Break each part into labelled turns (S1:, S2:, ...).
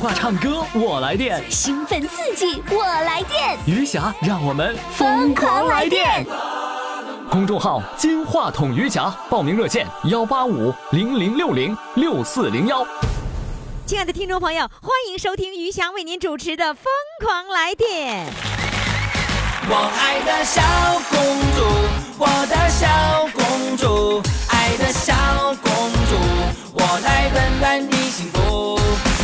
S1: 话唱歌我来电，
S2: 兴奋刺激，我来电，
S1: 余霞让我们疯狂来电。公众号“金话筒余霞”，报名热线：幺八五零零六零六四零幺。
S3: 亲爱的听众朋友，欢迎收听于翔为您主持的《疯狂来电》。
S4: 我爱的小公主，我的小公主，爱的小公主，我来温暖你幸福。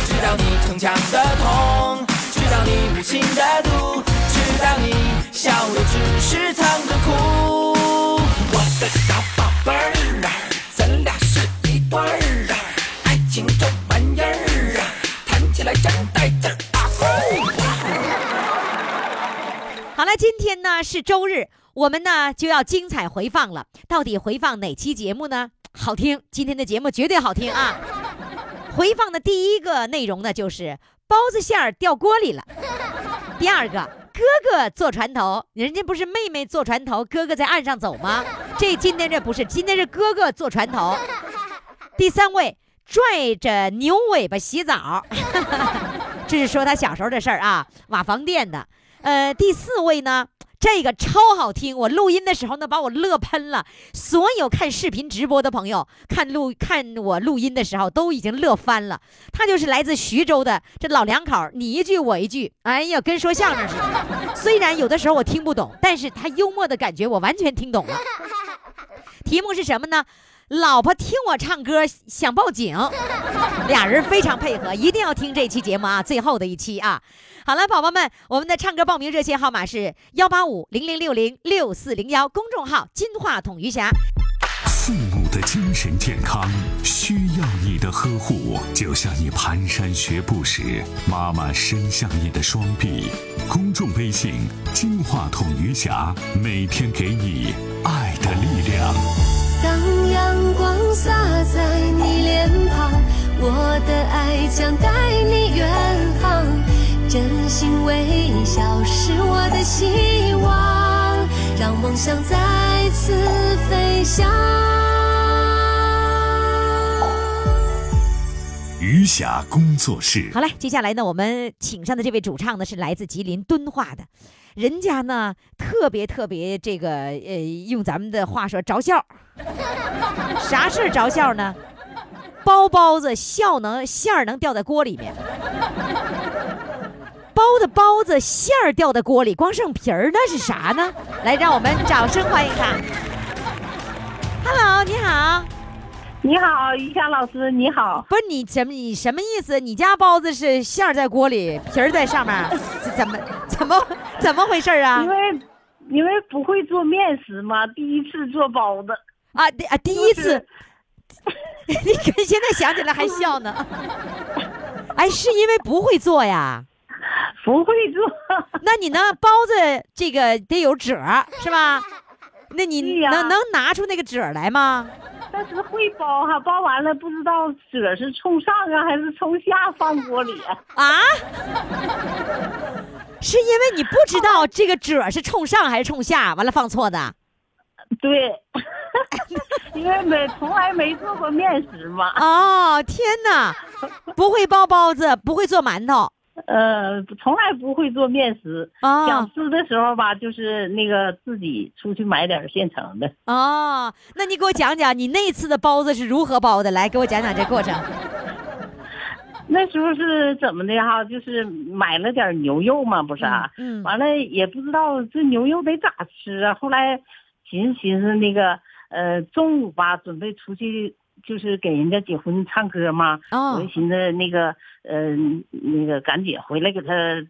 S4: 知道你逞强的痛，知道你无情的毒，知道你笑的只是藏着哭。我的小宝贝儿啊，咱俩是一对儿啊，爱情这玩意儿啊，谈起来真带劲儿啊！呼。
S3: 好了，今天呢是周日，我们呢就要精彩回放了。到底回放哪期节目呢？好听，今天的节目绝对好听啊！ 回放的第一个内容呢，就是包子馅儿掉锅里了；第二个，哥哥坐船头，人家不是妹妹坐船头，哥哥在岸上走吗？这今天这不是，今天是哥哥坐船头。第三位，拽着牛尾巴洗澡。 这是说他小时候的事儿啊，瓦房店的。呃，第四位呢，这个超好听，我录音的时候呢，把我乐喷了。所有看视频直播的朋友，看录看我录音的时候，都已经乐翻了。他就是来自徐州的这老两口儿，你一句我一句，哎呀，跟说相声似的。虽然有的时候我听不懂，但是他幽默的感觉我完全听懂了。题目是什么呢？老婆听我唱歌想报警，俩人非常配合，一定要听这期节目啊，最后的一期啊。好了，宝宝们，我们的唱歌报名热线号码是幺八五零零六零六四零幺，公众号“金话筒余霞”。
S5: 父母的精神健康需要你的呵护，就像你蹒跚学步时，妈妈伸向你的双臂。公众微信“金话筒余霞”，每天给你爱的力量。
S6: 当阳光洒在你脸庞，我的爱将带你远航。真心微笑是我的希望，让梦想再次飞翔。
S5: 余霞工作室。
S3: 好嘞，接下来呢，我们请上的这位主唱呢是来自吉林敦化的，人家呢特别特别这个呃，用咱们的话说着笑，啥事儿着笑呢？包包子笑能馅儿能掉在锅里面，包的包子馅儿掉在锅里，光剩皮儿那是啥呢？来，让我们掌声欢迎他。Hello，你好，
S7: 你好，于霞老师，你好。
S3: 不是你什么你什么意思？你家包子是馅儿在锅里，皮儿在上面儿，这怎么怎么怎么回事儿啊
S7: 因？为因为不会做面食嘛，第一次做包子，
S3: 啊，第啊第一
S7: 就
S3: 次
S7: 是，
S3: 你看现在想起来还笑呢。哎，是因为不会做呀？
S7: 不会做。
S3: 那你呢？包子这个得有褶儿是吧？那你
S7: 对呀
S3: 能、能拿出那个褶儿来吗？
S7: 但是会包哈，包完了不知道褶是冲上啊还是冲下放锅里。
S3: 啊？是因为你不知道这个褶儿是冲上还是冲下，完了放错的。
S7: 对， 因为没从来没做过面食 嘛，
S3: 哦，天哪！不会包包子，不会做馒头
S7: 呃，从来不会做面食。
S3: 啊
S7: 想吃的时候吧，就是那个自己出去买点现成的。
S3: 哦，那你给我讲讲你那次的包子是如何包的？来，给我讲讲这过程。
S7: 那时候是怎么的哈？就是买了点牛肉嘛，不是啊？
S3: 嗯，
S7: 完了也不知道这牛肉得咋吃啊。后来寻思寻思那个，呃，中午吧，准备出去就是给人家结婚唱歌嘛，我
S3: 哦
S7: 就，寻思那个，呃，那个赶紧回来给他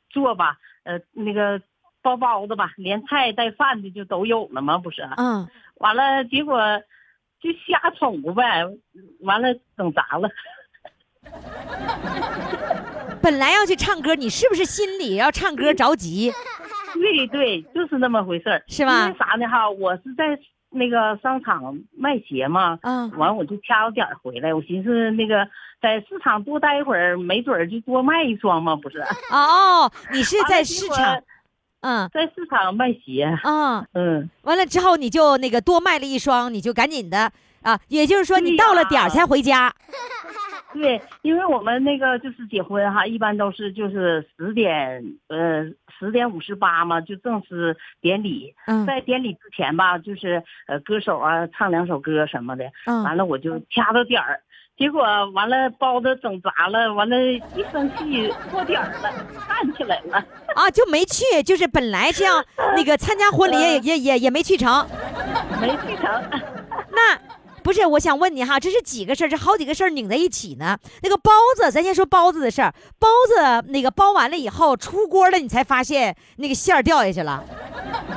S7: 做吧，呃，那个包包子吧，连菜带饭的就都有了嘛，不是？
S3: 嗯，
S7: 完了，结果就瞎宠呗，完了整砸 了。
S3: 本来要去唱歌，你是不是心里要唱歌着急？
S7: 对对，就是那么回事儿，
S3: 是吧
S7: 因为啥呢？哈，我是在那个商场卖鞋嘛，
S3: 嗯
S7: 完我就掐着点儿回来，我寻思那个在市场多待一会儿，没准儿就多卖一双嘛，不是？
S3: 哦，你是
S7: 完了
S3: 在
S7: 结
S3: 市
S7: 果
S3: 场，嗯
S7: 在市场卖鞋，
S3: 嗯，
S7: 嗯，
S3: 完了之后你就那个多卖了一双，你就赶紧的啊，也就是说你
S7: 对
S3: 到了点儿
S7: 呀
S3: 才回家。
S7: 对，因为我们那个就是结婚哈，一般都是就是十点呃十点五十八嘛，就正式典礼。
S3: 嗯
S7: 在典礼之前吧，就是呃歌手啊唱两首歌什么的，
S3: 嗯，
S7: 完了我就掐着点儿。结果完了，包子整砸了，完了，一生气过点儿了，站起来了。
S3: 啊，就没去，就是本来是要那个参加婚礼也也也也没去成。
S7: 没去成。
S3: 那不是，我想问你哈，这是几个事儿？这好几个事儿拧在一起呢。那个包子，咱先说包子的事儿。包子那个包完了以后出锅了，你才发现那个馅儿掉下去了。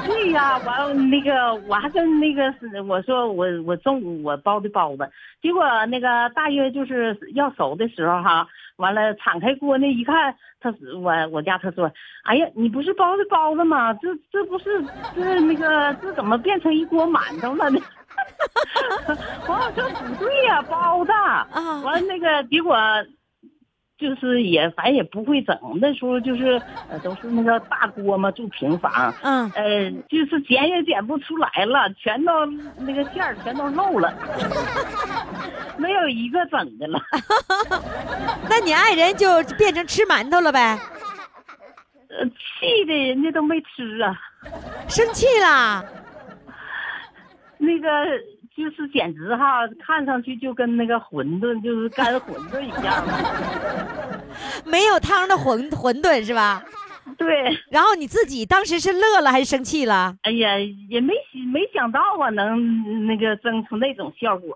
S7: 对呀、完了那个我还跟那个是我说我我中午我包的包子，结果那个大约就是要熟的时候哈，完了敞开锅那一看，他我我家他说，哎呀，你不是包的包子吗？这这不是这那个这怎么变成一锅馒头了呢？ 我说不对呀、包子。
S3: 啊
S7: 完了那个结果就是也反正也不会整，那时候就是呃都是那个大锅嘛，住平房，
S3: 嗯，
S7: 呃就是捡也捡不出来了，全都那个馅儿全都漏了，没有一个整的了。
S3: 那你爱人就变成吃馒头了呗，
S7: 呃气的人家都没吃啊，
S3: 生气啦。
S7: 那个。就是简直哈，看上去就跟那个馄饨，就是干馄饨一样了。
S3: 没有汤的馄馄饨是吧？
S7: 对，
S3: 然后你自己当时是乐了还是生气了？
S7: 哎呀，也没想没想到啊，能那个争出那种效果，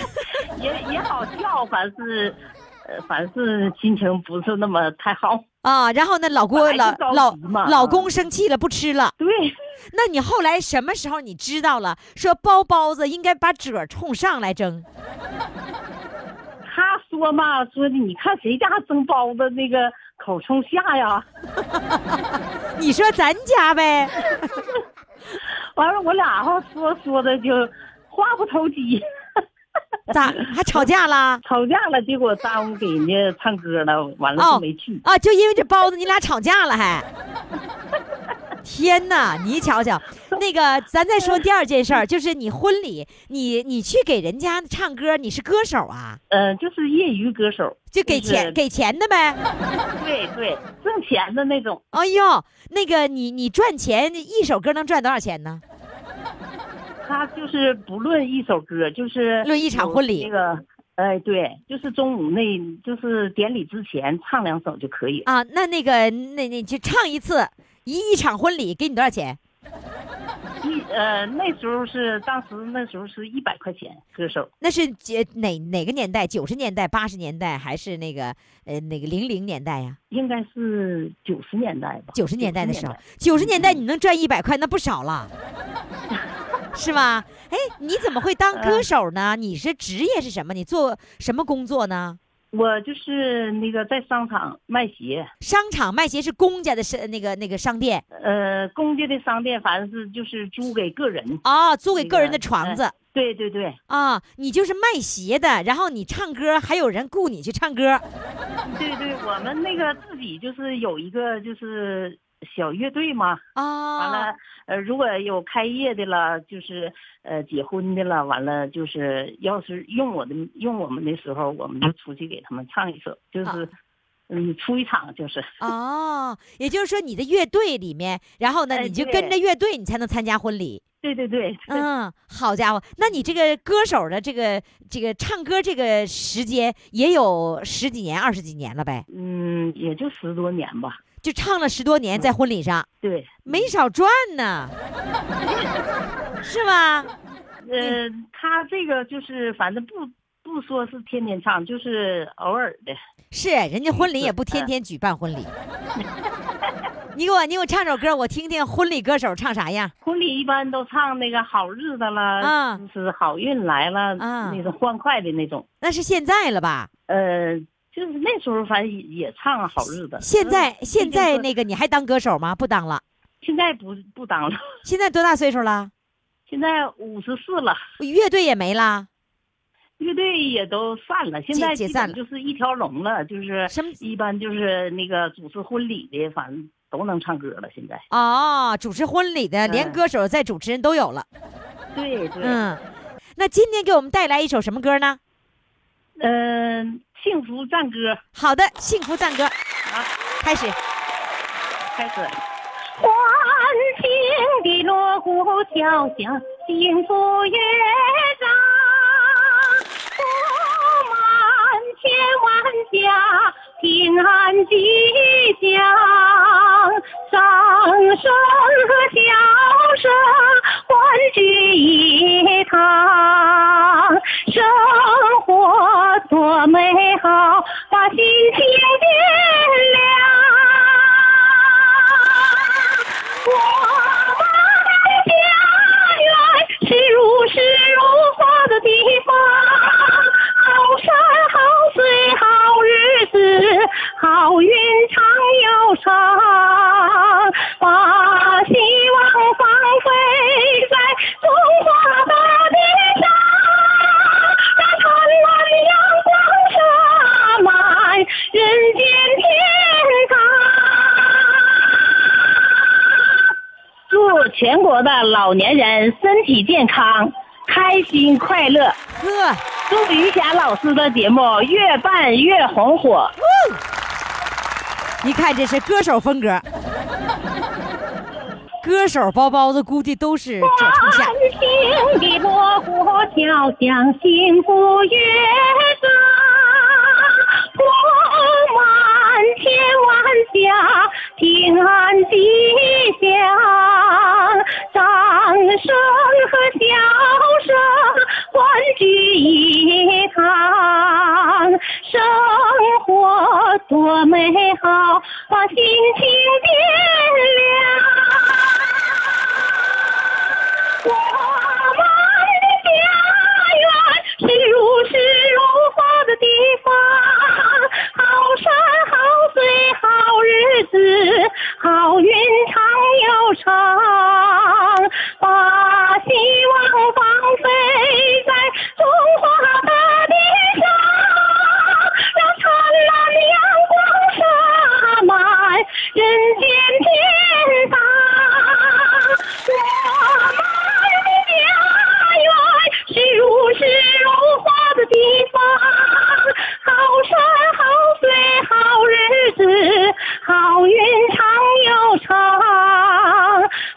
S7: 也也好笑，反是，呃，反是心情不是那么太好。
S3: 啊，然后呢，老公
S7: 本来
S3: 老
S7: 就着
S3: 老
S7: 急嘛
S3: 老公生气了，不吃了。
S7: 对，
S3: 那你后来什么时候你知道了，说包包子应该把褶儿冲上来蒸？
S7: 他说嘛，说的你看谁家蒸包子那个口冲下呀？
S3: 你说咱家呗，
S7: 完了，我俩哈说说的就话不投机，
S3: 咋还吵架啦？
S7: 吵架了，结果耽误给人家唱歌了，完了
S3: 哦
S7: 就没去。
S3: 啊，就因为这包子你俩吵架了还？天哪，你瞧瞧，那个咱再说第二件事儿，就是你婚礼，你你去给人家唱歌，你是歌手啊，
S7: 嗯、就是业余歌手，
S3: 就给
S7: 是
S3: 钱给钱的呗。
S7: 对对，挣钱的那种。
S3: 哎呦，那个你你赚钱一首歌能赚多少钱呢？
S7: 他就是不论一首歌，就是
S3: 论一场婚礼
S7: 那个，哎，对，就是中午那，就是典礼之前唱两首就可以了。
S3: 啊，那那个那那就唱一次一一场婚礼给你多少钱？
S7: 一呃，那时候是当时那时候是一百块钱歌手，
S3: 那是呃哪哪个年代？九十年代、八十年代还是那个呃那个零零年代呀、
S7: 应该是九十年代吧。
S3: 九十年代的时候，九十年代
S7: 嗯
S3: 你能赚一百块，那不少 了，是吧？哎，你怎么会当
S7: 嗯
S3: 歌手呢？你是职业是什么？你做什么工作呢？
S7: 我就是那个在商场卖鞋，
S3: 商场卖鞋是公家的是那个那个商店
S7: 呃，公家的商店反正是就是租给个人。
S3: 啊、租给
S7: 那
S3: 个人
S7: 个
S3: 的床
S7: 哎
S3: 子。
S7: 对对对，
S3: 啊，你就是卖鞋的，然后你唱歌，还有人雇你去唱歌。
S7: 对对，我们那个自己就是有一个就是小乐队嘛，
S3: 啊，
S7: 完了，呃，如果有开业的了，就是呃结婚的了，完了就是呃要是用我的用我们的时候，我们就出去给他们唱一首，就是、嗯出一场就是
S3: 哦，也就是说你的乐队里面，然后呢，
S7: 哎
S3: 你就
S7: 对
S3: 跟着乐队，你才能参加婚礼。
S7: 对对对，
S3: 嗯，好家伙，那你这个歌手的这个这个唱歌这个时间也有十几年、二十几年了呗，
S7: 嗯，也就十多年吧，
S3: 就唱了十多年，在婚礼上
S7: 对，
S3: 没少赚呢， 是吧？嗯
S7: 呃，他这个就是反正不不说是天天唱，就是偶尔的，
S3: 是，人家婚礼也不天天举办 婚礼。你给我，你给我唱首歌，我听听婚礼歌手唱啥样。
S7: 婚礼一般都唱那个好日子了，
S3: 啊
S7: 就是好运来了、
S3: 啊
S7: 那种欢快的那种，
S3: 那是现在了吧？
S7: 呃。就是那时候，反正也也唱好日子。
S3: 现在
S7: 嗯
S3: 现
S7: 毕
S3: 在
S7: 竟是
S3: 那个你还当歌手吗？不当了。
S7: 现在不不当了，
S3: 现在多大岁数了？
S7: 现在五十四了，
S3: 乐队也没啦。
S7: 乐队也都散了，现在基
S3: 解解散
S7: 本
S3: 了
S7: 就是一条龙了，就是
S3: 什么
S7: 一般就是那个主持婚礼的，反正都能唱歌了。现在，
S3: 哦，主持婚礼的，连
S7: 嗯
S3: 歌手在主持人都有了。嗯
S7: 对对，
S3: 嗯，那今天给我们带来一首什么歌呢？
S7: 嗯、幸
S8: 呃福赞歌
S3: 好的，幸福赞歌，
S8: 啊，
S3: 开始。
S8: 开始。欢庆的锣鼓敲响，幸福乐章，布满千万家，平安吉祥。掌声和笑声欢聚一堂，生活多美好，把心情点亮。我们的家园是如诗如画的地方，好山好水好日子，好运常又长，把希望放飞在中华大地上，让灿烂的阳光洒满人间天堂。祝全国的老年人身体健康、开心快乐！
S3: 呵，
S8: 祝余霞老师的节目越办越红火。
S3: 一看这是歌手风格，歌手包包子估计都是这
S8: 欢
S3: 出相。
S8: 庆的锣鼓敲响，幸福乐章，布满千万家，平安吉祥。掌声和笑声欢聚一堂，生活多美好，把心情点亮。我们的家园是如诗如画的地方，好山好水好日子，好运常又长，把希望放飞在中华大地上，让灿烂的阳光洒满人间天堂。我们的家园是如诗如画的地方，好山好水好日子，好运常又长，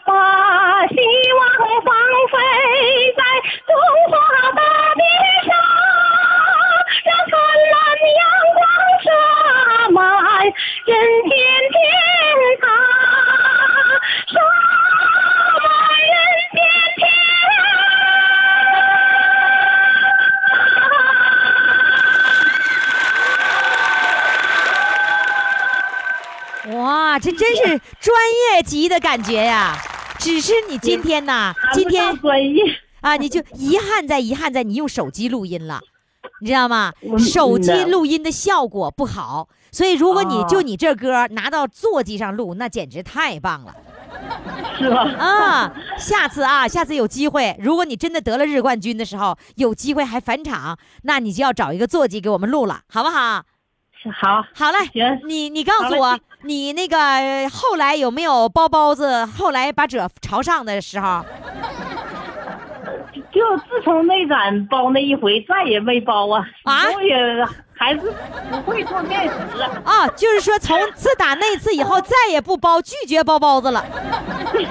S8: 把希望放飞在中华大地上，让灿烂的阳光洒满人间天堂。洒满人间天
S3: 哇，这真是专业级的感觉呀！只是你今天呐，
S8: 堂，
S3: 今天
S8: 专业，
S3: 啊，你就遗憾在遗憾在你用手机录音了，你知道吗
S8: 我？们
S3: 手
S8: 嗯
S3: 机
S8: 的
S3: 录音的效果不好，所以如果你
S8: 哦
S3: 就你这歌拿到座机上录，那简直太棒了
S8: 是吧？
S3: 啊！下次啊，下次有机会，如果你真的得了日冠军的时候，有机会还返场，那你就要找一个座机给我们录了，好不好？
S8: 好，
S3: 好嘞，
S8: 行
S3: 你你告
S8: 好
S3: 诉
S8: 嘞
S3: 我，你那个呃后来有没有包包子？后来把褶朝上的时候，
S8: 就自从那咱包那一回，再也没包啊，
S3: 啊
S8: 以后也还是不会做面食了。
S3: 啊，就是说从自打那次以后，再也不包，拒绝包包子 了。
S8: 虽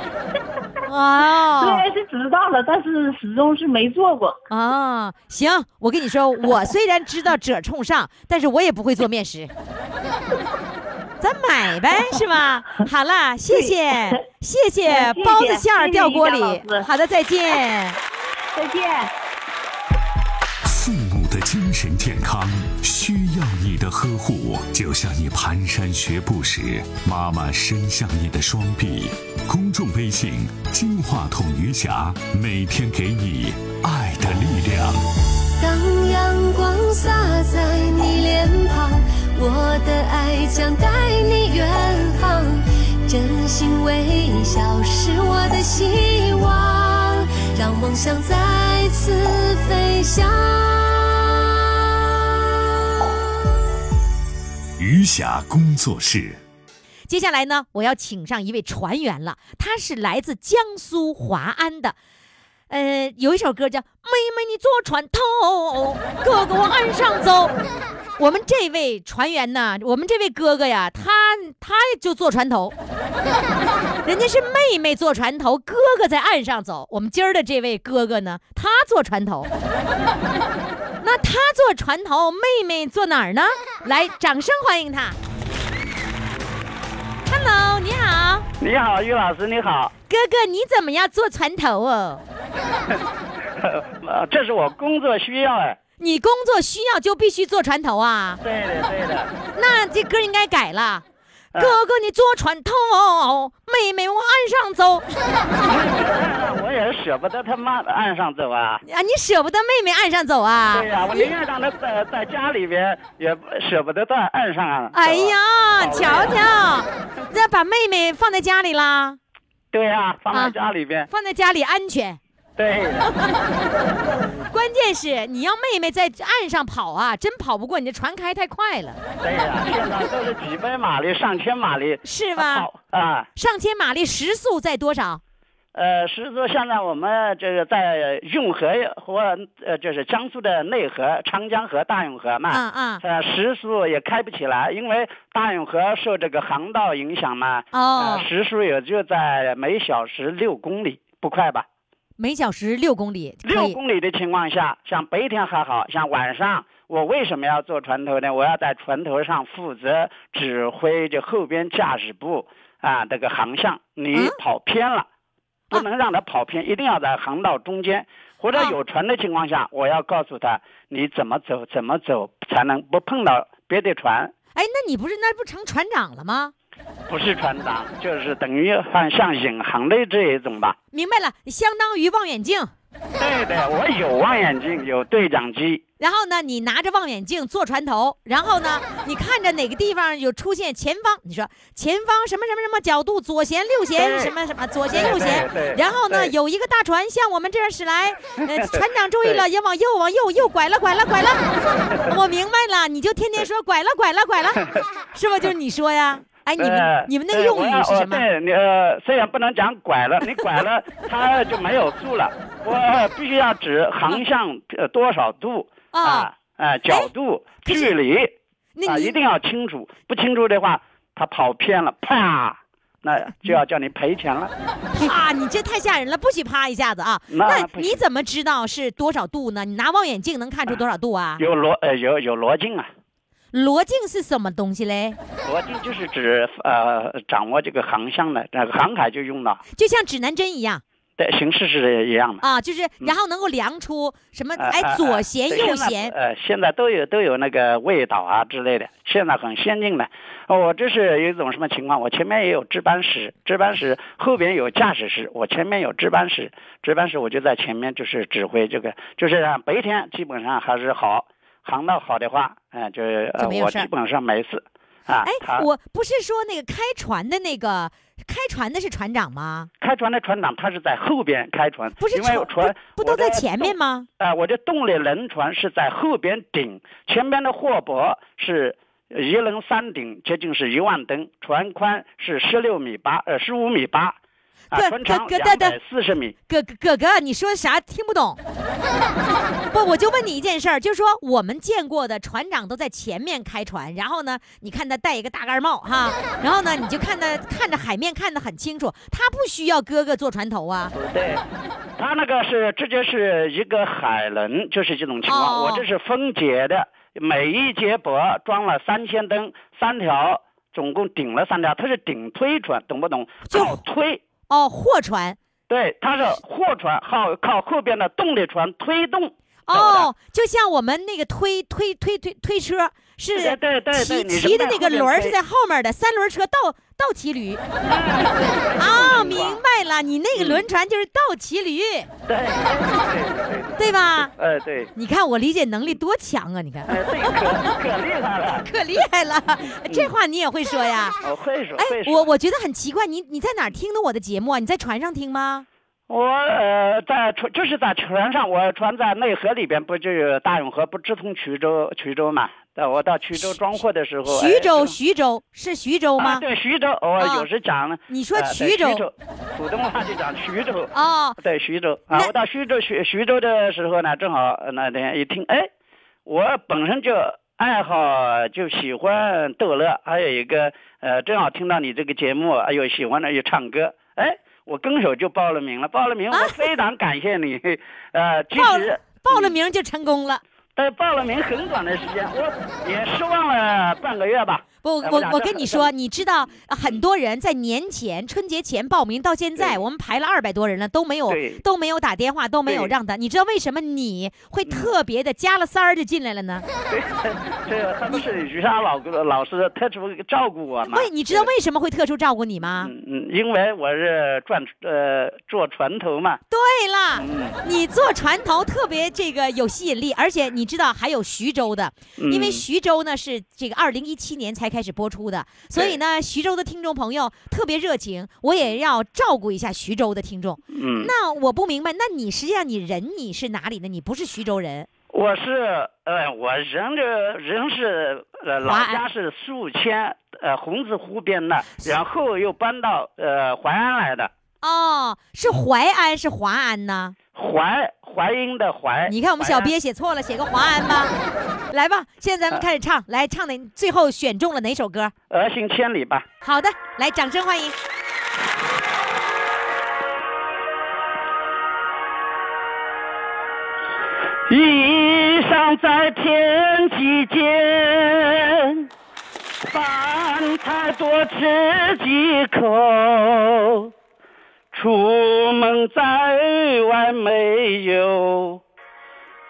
S3: 啊
S8: 然是知道了，但是始终是没做过。
S3: 啊，行，我跟你说，我虽然知道褶冲上，但是我也不会做面食。咱买呗，是吧？好啦，谢谢，谢谢
S8: 嗯谢谢
S3: 包子馅儿
S8: 谢谢
S3: 掉锅
S8: 于
S3: 里
S8: 霞老师。
S3: 好的，再见。
S8: 再见。
S5: 父母的精神健康需要你的呵护，就像你蹒跚学步时，妈妈伸向你的双臂。公众微信“金话筒余霞”，每天给你爱的力量。
S6: 当阳光洒在你脸庞，我的爱将带你远航。真心微笑是我的希望，让梦想再次飞翔。
S5: 余霞工作室。
S3: 接下来呢，我要请上一位船员了，他是来自江苏华安的，呃，有一首歌叫《妹妹你坐船头，哥哥我岸上走》。我们这位船员呐，我们这位哥哥呀，他他就坐船头，人家是妹妹坐船头，哥哥在岸上走。我们今儿的这位哥哥呢，他坐船头。那他坐船头，妹妹坐哪儿呢？来，掌声欢迎他。Hello，你好，
S9: 你好，于老师，你好，
S3: 哥哥，你怎么样坐船头哦？
S9: 呃这是我工作需要哎。
S3: 你工作需要就必须坐船头啊？
S9: 对的，对的，
S3: 那这歌应该改
S9: 啊
S3: 了。哥哥，你坐船头，哦妹妹我岸上走 啊
S9: 我也舍不得他妈的岸上走啊。
S3: 啊！你舍不得妹妹岸上走啊
S9: 对？呀、我宁愿让他在在家里边，也不舍不得在岸上啊。
S3: 哎呀，
S9: 好累
S3: 瞧
S9: 啊
S3: 瞧，那把妹妹放在家里啦，
S9: 对呀、放
S3: 啊
S9: 在家里边。
S3: 放在家里安全。
S9: 对的，
S3: 关键是你要妹妹在岸上跑啊，真跑不过你这船开太快了，
S9: 对呀、现在都是几百马力、上千马力。
S3: 是吧？
S9: 跑啊，
S3: 上千马力时速在多少？
S9: 呃，实际上现在我们这个在运河或呃，就是江苏的内河长江河、大运河嘛，
S3: 啊啊！
S9: 呃，时速也开不起来，因为大运河受这个航道影响嘛，
S3: 哦
S9: 呃，时速也就在每小时六公里，不快吧？
S3: 每小时六公里，可
S9: 六
S3: 以。
S9: 公里的情况下，像白天还好，像晚上，我为什么要坐船头呢？我要在船头上负责指挥这后边驾驶部啊，这个航向，你
S3: 嗯
S9: 跑偏了，不能让他跑偏，一定要在航道中间，或者
S3: 啊
S9: 有船的情况下，我要告诉他你怎么走，怎么走才能不碰到别的船。
S3: 哎，那你不是那不成船长了吗？
S9: 不是船 长，就是等于像像引航的这一种吧。
S3: 明白了，相当于望远镜。
S9: 对的，我有望远镜，有对讲机。
S3: 然后呢，你拿着望远镜坐船头，然后呢，你看着哪个地方有出现前方，你说前方什么什么什么角度，左舷、右舷，
S9: 对
S3: 什么什么左舷、
S9: 对
S3: 右
S9: 对
S3: 舷。
S9: 对
S3: 然后呢，
S9: 对
S3: 有一个大船向我们这儿驶 来，呃，船长注意了，
S9: 对
S3: 要往右，往右，右拐了，拐了，拐了。我明白了，你就天天说拐了，拐了， 拐了，是不是就是你说呀？哎，你们
S9: 呃
S3: 你们那个
S9: 对
S3: 用
S9: 我
S3: 语
S9: 要
S3: 是
S9: 我
S3: 什么？
S9: 对，你呃，虽然不能讲拐了，你拐了，它就没有度了。我呃必须要指航向呃多少度
S3: 啊
S9: 啊，呃角度、距离
S3: 那
S9: 啊，
S3: 你
S9: 一定要清楚。不清楚的话，他跑偏了，啪，那就要叫你赔钱了。
S3: 啊 啪，你这太吓人了，不许啪一下子啊！
S9: 那
S3: 那
S9: 不行
S3: 你怎么知道是多少度呢？你拿望远镜能看出多少度啊？
S9: 有罗呃有有罗镜啊。
S3: 罗镜是什么东西嘞？
S9: 逻辑就是指呃掌握这个航向的，那个航海就用了，
S3: 就像指南针一样
S9: 对，形式是一样的。
S3: 啊，就是
S9: 嗯
S3: 然后能够量出什么
S9: 呃
S3: 哎
S9: 呃
S3: 左
S9: 呃
S3: 舷
S9: 对
S3: 右
S9: 现在
S3: 舷哎
S9: 呃，现在都有都有那个味道啊之类的，现在很先进的。哦我这是有一种什么情况？我前面也有值班室，值班室后边有驾驶室，我前面有值班室，值班室我就在前面就是指挥这个，就是啊白天基本上还是好，航道好的话，嗯、就是
S3: 就
S9: 呃
S3: 没有
S9: 我
S3: 事儿
S9: 基本上没事啊。他
S3: 哎，我不是说那个开船的那个开船的是船长吗？
S9: 开船的船长他是在后边开船，
S3: 不是
S9: 因为
S3: 船
S9: 我船
S3: 不都
S9: 我的
S3: 在前面吗？
S9: 动？啊、我的动力轮船是在后边顶，前边的货舶是一轮三顶，接近是一万吨，船宽是十六米八，呃，十五米八，啊、
S3: 哥
S9: 船长
S3: 哥哥
S9: 两
S3: 等
S9: 百
S3: 等
S9: 四十米。
S3: 哥哥哥哥，你说啥听不懂？不，我就问你一件事儿，就是说我们见过的船长都在前面开船，然后呢，你看他戴一个大盖帽哈，然后呢，你就看他看着海面看得很清楚，他不需要哥哥坐船头啊。
S9: 对，他那个是直接是一个海轮，就是这种情
S3: 哦
S9: 况。我这是分节的，每一节舶装了三千吨，三条，总共顶了三条，它是顶推船，懂不懂？
S3: 就
S9: 靠推。
S3: 哦，货船
S9: 对，它是货船靠靠后边的动力船推动。
S3: 哦，就像我们那个推推推推推车是
S9: 对对对对
S3: 骑
S9: 你是
S3: 骑的
S9: 在
S3: 那个
S9: 后面
S3: 轮儿是
S9: 推
S3: 在后面的，三轮车倒倒骑 驴。 哦，明白了，你那个轮船就是倒骑驴，
S9: 对对对对对，
S3: 对吧？
S9: 哎
S10: 呃
S9: 对，
S3: 你看我理解能力多强啊！你 看，
S9: 哎对，可可厉害了，
S3: 可厉害了，
S10: 嗯
S3: 这话你也会说呀？
S10: 哦
S9: 我会说会
S3: 哎，
S9: 说。
S3: 我我觉得很奇怪，你你在哪儿听的我的节目啊？你在船上听吗？
S9: 我呃，在船就是在船上，我船在内河里边，不就有大永河不直通衢州衢州嘛？
S10: 对，我到衢州装货的时候，
S3: 徐州，
S10: 哎
S3: 徐州是徐州
S10: 啊，
S3: 吗？
S10: 对，徐州，我
S3: 啊
S10: 有时讲，
S3: 你说
S10: 呃
S3: 衢
S10: 对
S3: 州
S10: 徐州，普通话就讲徐州。
S3: 哦，
S10: 对，徐州啊
S3: 那，
S10: 我到徐州徐徐州的时候呢，正好呃那天一听，哎，我本身就爱好就喜欢逗乐，还有一个呃，正好听到你这个节目，哎呦，喜欢的又唱歌，哎，我跟手就报了名了，报了 名，我非常感谢你，呃，其
S3: 啊报
S10: 实
S3: 了报了名就成功了。
S10: 但报了名很短的时间，我也失望了半个月吧。
S3: 不，
S10: 哎
S3: 我
S10: 俩
S3: 我
S10: 这
S3: 跟你
S10: 这
S3: 说，你知道呃很多人在年前春节前报名到现在，
S10: 对
S3: 我们排了二百多人了，都没有
S10: 对
S3: 都没有打电话，都没有
S10: 对
S3: 让他。你知道为什么你会
S10: 嗯
S3: 特别的加了塞儿就进来了呢？
S10: 这他们是于莎老老师特殊照顾我嘛？
S3: 为你知道为什么会特殊照顾你吗？
S10: 嗯嗯，因为我是转呃做船头嘛，
S3: 对
S10: 嗯
S3: 了，你做船头特别这个有吸引力，而且你知道还有徐州的，因为
S10: 嗯
S3: 徐州呢是这个二零一七年才开始播出的，所以呢徐州的听众朋友特别热情，我也要照顾一下徐州的听众。
S10: 嗯，
S3: 那我不明白，那你实际上你人你是哪里的？你不是徐州人，
S10: 我是呃我人这人是呃老
S3: 淮安
S10: 家是宿迁呃洪子湖边的，然后又搬到呃淮安来的，
S3: 哦，是淮安，是华安呐。
S10: 淮淮阴的淮。
S3: 你看我们
S10: 哎淮
S3: 小
S10: 安
S3: 鳖写错了，写个华安吧。来吧，现在咱们开始唱，来唱哪？最后选中了哪首歌？
S10: 儿行千里吧。
S3: 好的，来掌声欢迎。
S10: 衣裳在天际间，饭菜多吃几口。出门在外没有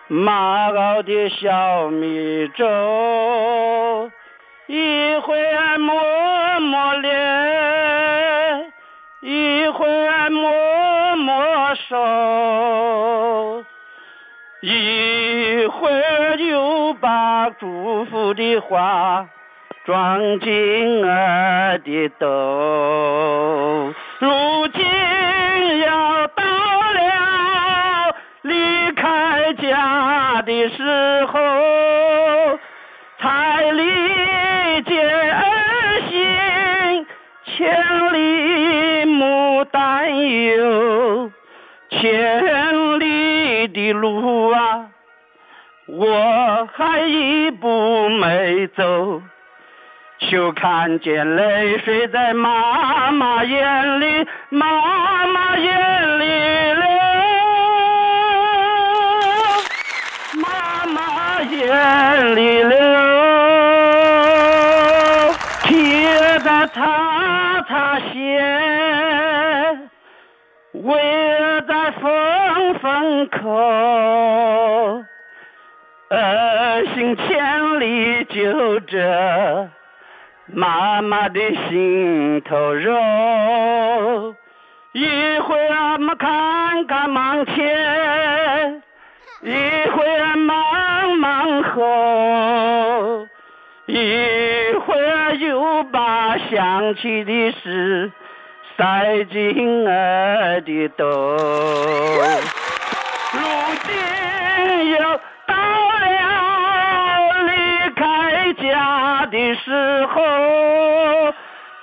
S10: 马熬的小米粥，一会儿抹抹脸，一会儿抹抹手。一会儿就把祝福的话装进儿的兜，如今要到了离开家的时候，才理解儿行千里母担忧。千里的路啊，我还一步没走，就看见泪水在妈妈眼里，妈妈眼里流，妈妈眼里流，贴着擦擦鞋。围在风风口，儿行呃千里就这妈妈的心头肉。一会儿我们看看忙前，一会儿忙忙后，一会儿又把想起的事塞进儿的兜。如今又到了离开家的时候，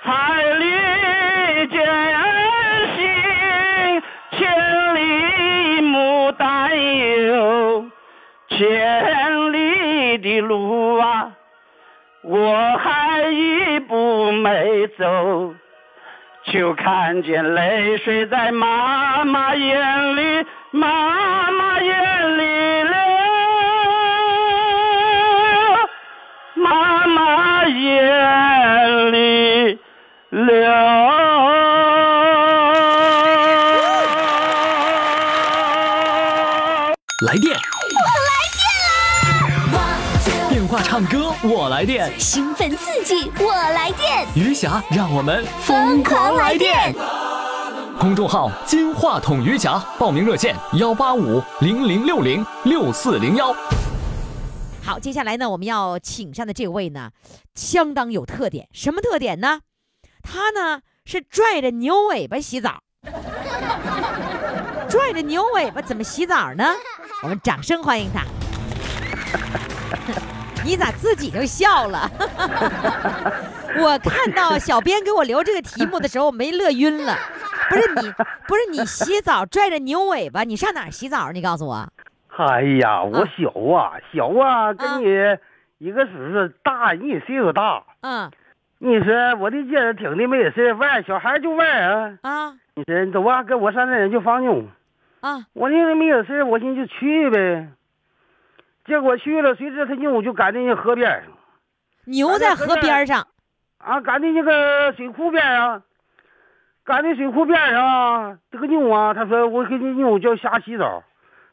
S10: 才理解儿行千里母担忧，千里的路啊，我还一步没走。就看见泪水在妈妈眼里，妈妈眼里流，妈妈眼里流。
S1: 来电，电话唱歌我来电，
S2: 兴奋刺激，我来电！
S1: 余霞让我们
S2: 疯狂来电！
S1: 公众号“金话筒余霞”，报名热线：幺八五零零六零六四零幺。
S3: 好，接下来呢，我们要请上的这位呢，相当有特点。什么特点呢？他呢是拽着牛尾巴洗澡，拽着牛尾巴怎么洗澡呢？我们掌声欢迎他。你咋自己就笑了？ 我看到小编给我留这个题目的时候，我没乐晕了。不是你，不是你洗澡拽着牛尾巴，你上哪儿洗澡？你告诉我，
S11: 哎呀，我小啊，小啊，跟你一个只是大，你岁数大，
S3: 嗯
S11: 你说我的劲儿挺的没得事儿，腕儿小孩儿就腕儿啊。
S3: 啊
S11: 你说你走吧，跟我上那人就放牛。
S3: 啊，
S11: 我那个没有事儿，我寻思就去呗。结果去了，谁知他就我就赶那个河边儿
S3: 牛在河边儿上，
S11: 啊，赶那那个水库边儿啊，赶那水库边儿上啊，这个牛啊，他说我跟这牛叫瞎洗澡，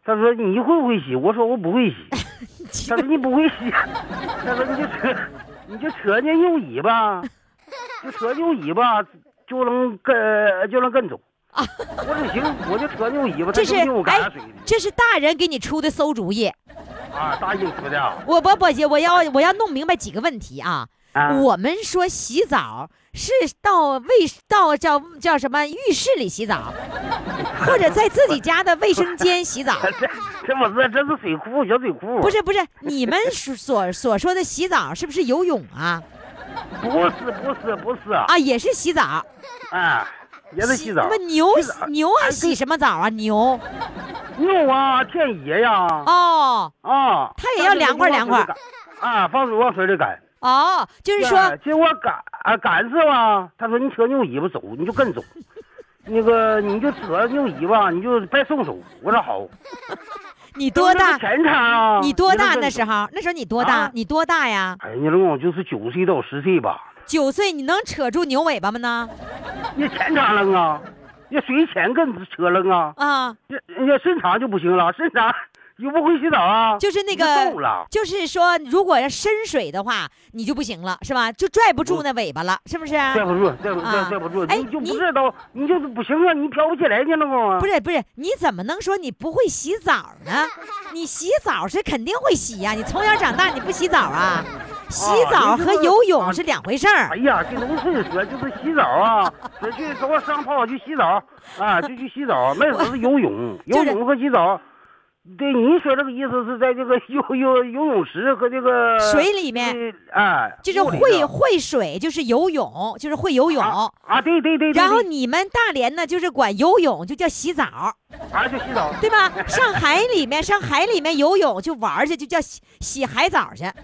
S11: 他说你会不会洗？我说我不 会洗。他说你不会洗，他说你就扯，你就扯那牛尾巴，就扯 牛尾巴就能跟就能跟走。我说行，我就扯牛尾巴，
S3: 啊
S11: 他
S3: 这
S11: 就是牛赶
S3: 哎
S11: 上水里。，
S3: 这是大人给你出的馊主意。
S11: 啊，答应出的啊。
S3: 我不不，我要我要弄明白几个问题啊。
S11: 啊
S3: 我们说洗澡是到卫到叫叫什么浴室里洗澡，或者在自己家的卫生间洗 澡。
S11: 啊这这不是这是水库小水库，
S3: 不是不是，你们所所所说的洗澡是不是游泳啊？
S11: 不是不是不是啊，
S3: 啊，也是洗澡，
S11: 也得哎洗澡
S3: 那。么牛
S11: 洗澡
S3: 牛还洗什么澡啊？牛
S11: 牛啊，天野呀
S3: 哦
S11: 啊，
S3: 它也要凉快凉快
S11: 它啊，放水往水里赶。
S3: 哦，就是
S11: 啊
S3: 说
S11: 结果赶啊赶是吧？他说你扯牛尾巴走，你就 跟走。那个你就扯牛尾巴，你就别松手。我说好。
S3: 你多大？
S11: 前叉啊？
S3: 你多大那时
S11: 候？
S3: 候？那时候你多大
S11: 啊？
S3: 你多大呀？
S11: 哎，你老公就是九岁到十岁吧？
S3: 九岁，你能扯住牛尾巴吗呢？
S11: 你前叉扔啊？你水前跟扯扔啊？
S3: 啊，
S11: 这人家身长就不行了，身长又不会洗澡啊，
S3: 就是那
S11: 就瘦
S3: 个
S11: 了，
S3: 就是说，如果要深水的话，你就不行了，是吧？就拽不住那尾巴了，是不是啊？
S11: 拽不住，拽不
S3: 啊
S11: 拽拽不住，
S3: 哎
S11: 你就
S3: 你
S11: 不知道，你就是不行啊，你飘不起来呢，那功啊
S3: 不，是不是，你怎么能说你不会洗澡呢？你洗澡是肯定会洗呀、你从小长大你不洗澡啊？洗澡
S11: 你这
S3: 和
S11: 个
S3: 游泳
S11: 啊
S3: 是两回事儿
S11: 哎。呀，跟农村说就是洗澡啊，说去走个上泡去洗澡啊，就去洗澡，没准是游泳，
S3: 就
S11: 游
S3: 是
S11: 泳和洗澡。对，你说这个意思是在这个游游游泳池和这个
S3: 水里面
S11: 对，哎，
S3: 就是
S11: 屋里
S3: 会
S11: 头
S3: 会水，就是游泳，就是会游泳。
S11: 啊啊，对对对，对
S3: 然后
S11: 对
S3: 你们大连呢，就是管游泳就叫洗澡，
S11: 啊就洗澡，
S3: 对 吧？上海里面，上海里面游泳就玩儿去，就叫洗洗海澡去，
S11: 啊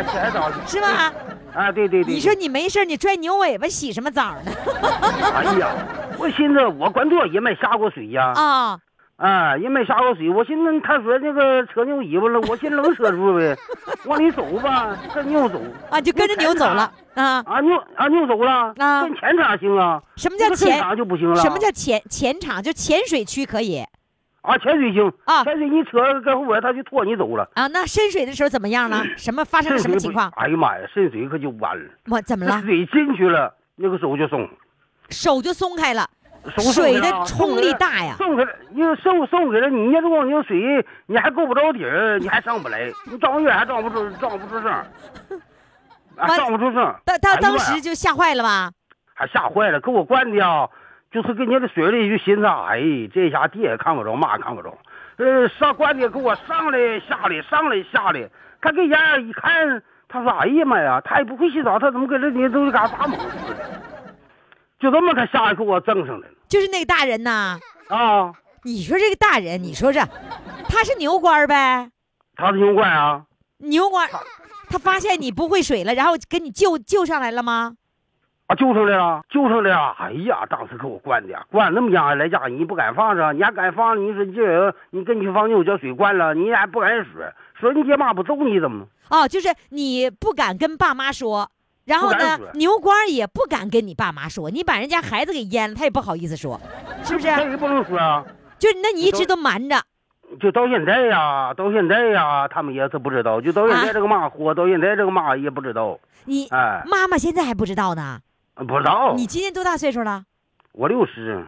S11: 洗海澡
S3: 是吧？
S11: 啊，对对对，
S3: 你说你没事儿你拽牛尾巴洗什么澡 呢？
S11: 哎呀，我寻思我管多少人没下过水 呀、啊？
S3: 啊、
S11: 人没下过水，我寻思他说那个扯牛尾巴了，我寻思能扯住 呗，往里走吧，跟牛走
S3: 啊，就跟着牛走 了啊？
S11: 啊牛啊牛走了，
S3: 啊
S11: 跟前场行啊，
S3: 什么叫
S11: 这个
S3: 前
S11: 正常就不行了，
S3: 什么叫潜潜场？就潜水区可以
S11: 啊潜水行
S3: 啊
S11: 潜水你扯跟后边他就拖你走了，
S3: 啊？那深水的时候怎么样了？
S11: 嗯
S3: 什么发生了
S11: 渗
S3: 什么
S11: 水不
S3: 情 况？
S11: 哎呀妈呀，渗水可就完了，
S3: 我怎么
S11: 这
S3: 了？
S11: 水进去了，那个手就松，
S3: 手就松开了，
S11: 手 松
S3: 水
S11: 开
S3: 的
S11: 了啊
S3: 冲力大 呀。
S11: 送给你送送给了你，要是光有水，你还够不着底儿，你还上不来，你撞月还撞不住，撞不出声儿，啊，
S3: 完
S11: 撞不出声儿。
S3: 当当
S11: 哎呀妈
S3: 当
S11: 呀
S3: 时就吓坏了吧？
S11: 还吓坏了，给我灌的啊，就是跟人家这水里就寻思，哎，这下地也看不着，嘛也看不着，呃，上灌的给我上来下来，上来下来，他跟人家一看，他说，哎呀妈呀，他也不会洗澡，他怎么跟这人都是嘎撒猛似的，就这么他下来给我挣上来了
S3: 就是那个大人呐，
S11: 啊，
S3: 你说这个大人，你说这，他是牛倌儿呗？
S11: 他是牛怪啊。
S3: 牛倌儿，他发现你不会水了，然后给你救救上来了吗？
S11: 啊，救上来了，救上来了！哎呀，当时给我灌的，灌那么家伙来家，你不敢放上，你还敢放？你说你这人，你跟你去放牛，叫水灌了，你还不敢说，说你爹妈不揍你怎么？
S3: 哦，就是你不敢跟爸妈说，然后
S11: 不敢
S3: 呢
S11: 说，
S3: 牛倌儿也不敢跟你爸妈说，你把人家孩子给淹了，他也不好意思说，是不是？
S11: 这也不能说啊，
S3: 就是那你一直都瞒着，
S11: 就到现在呀、到现在呀、他们也是不知道，就到现
S3: 啊
S11: 在这个嘛活，到现在这个嘛也不知道，
S3: 你
S11: 哎，哦
S3: 妈妈现在还不知道呢。
S11: 不知道。
S3: 你今年多大岁数了？
S11: 我六十，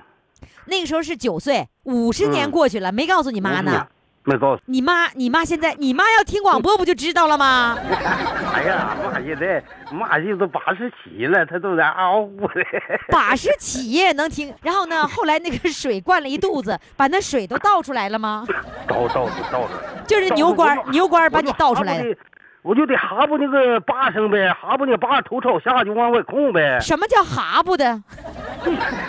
S3: 那个时候是九岁，五十年
S11: 嗯
S3: 过去了，没告诉你妈
S11: 我
S3: 呢。
S11: 没告诉。
S3: 你妈，你妈现在，你妈要听广播不就知道了吗？
S11: 哎呀，妈现在妈现在都八十七了，她都在嗷呜的。
S3: 把式企业能听， 然后呢，后来那个水灌了一肚子， 把那水 都倒出来了吗？
S11: 倒倒着倒着，
S3: 就是牛倌儿
S11: 倒着
S3: 牛倌儿把你倒出来的
S11: 我就我就得哈巴那个八声呗，哈巴那八头朝下就往外空呗，
S3: 什么叫哈不的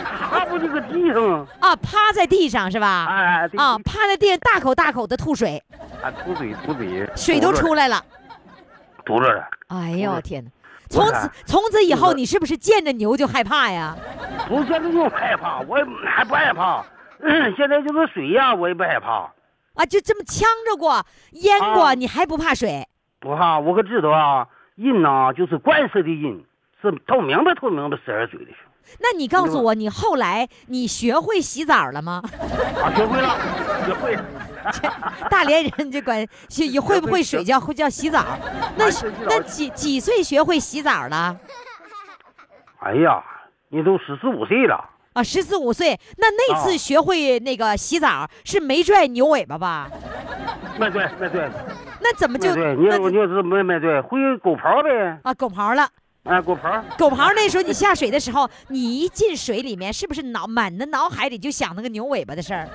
S11: 哈巴这个地上，
S3: 啊？趴在地上是吧？
S11: 哎，对
S3: 啊，趴在地上大口大口的吐水，
S11: 啊，吐嘴吐嘴，
S3: 水都出
S11: 来，
S3: 来了。
S11: 堵着了，
S3: 哎呦
S11: 是
S3: 天哪！
S11: 不
S3: 从
S11: 是
S3: 此从此以后，
S11: 是
S3: 你是不是见着牛就害怕呀？
S11: 不是现在就害怕，我也还不害怕， 现在就是水呀、我也不害怕，
S3: 啊，就这么呛着过、淹过，
S11: 啊
S3: 你还不怕水？
S11: 我哈，我可知道啊，印呐、就是惯色的印，是透明白透明白塞人嘴里去，
S3: 那你告诉
S11: 嗯
S3: 我，你后来你学会洗澡了吗？
S11: 啊，学会了，学会了，
S3: 大连人就管洗会不会水 叫会叫洗澡？那是
S11: 会洗澡
S3: 那几几岁学会洗澡了？
S11: 哎呀，你都十四五岁了。
S3: 啊，十四五岁，那那次
S11: 啊
S3: 学会那个洗澡是没拽牛尾巴吧？
S11: 卖对卖对
S3: 那怎么
S11: 卖
S3: 就
S11: 对，你
S3: 那
S11: 我就是卖卖对，会狗刨呗，
S3: 啊狗刨了？
S11: 哎，狗刨，
S3: 狗刨那时候你下水的时候，你一进水里面，是不是脑满的脑海里就想那个牛尾巴的事儿？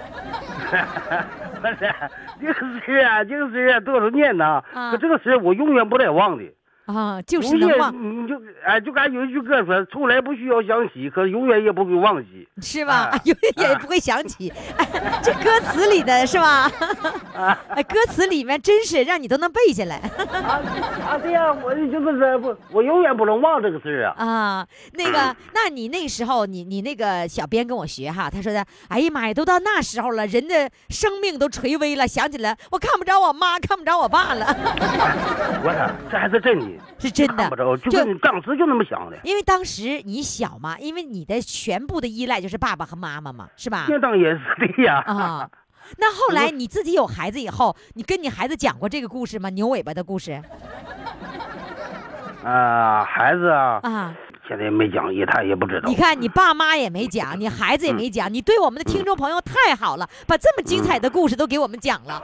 S11: 不是，这个事儿啊，这个事儿啊多少年呢？
S3: 啊
S11: 可这个事儿我永远不得忘的。
S3: 啊，就是
S11: 永
S3: 能
S11: 远
S3: 忘，
S11: 你就哎，就敢有一句歌说，从来不需要想起，可永远也不会忘记。
S3: 是吧？
S11: 啊
S3: 有也不会想起， 哎这歌词里的是吧？哎 歌词里面真是让你都能背下来
S11: 啊啊，这样我就是说不，我永远不能忘这个事儿啊。
S3: 啊！那
S11: 嗯
S3: 个，那你那时候，你你那个小编跟我学哈，他说的，哎呀妈呀，都到那时候了，人的生命都垂危了，想起来我看不着我妈，看不着我爸了，
S11: 我操，这还是真的，
S3: 是真
S11: 看
S3: 的
S11: 不着，，就跟你当时就那么想的。
S3: 因为当时你小嘛，因为你的全部的依赖就是爸爸和妈妈嘛，是吧？
S11: 那当然是的呀。
S3: 啊，那后来你自己有孩子以后，你跟你孩子讲过这个故事吗？牛尾巴的故事
S11: 啊，孩子啊，
S3: 啊？
S11: 现在没讲，也他也不知道
S3: 你。看你爸妈也没讲，你孩
S11: 嗯
S3: 子也没讲，你对我们的听众朋友太好了，把这么精彩的故事都给我们讲了。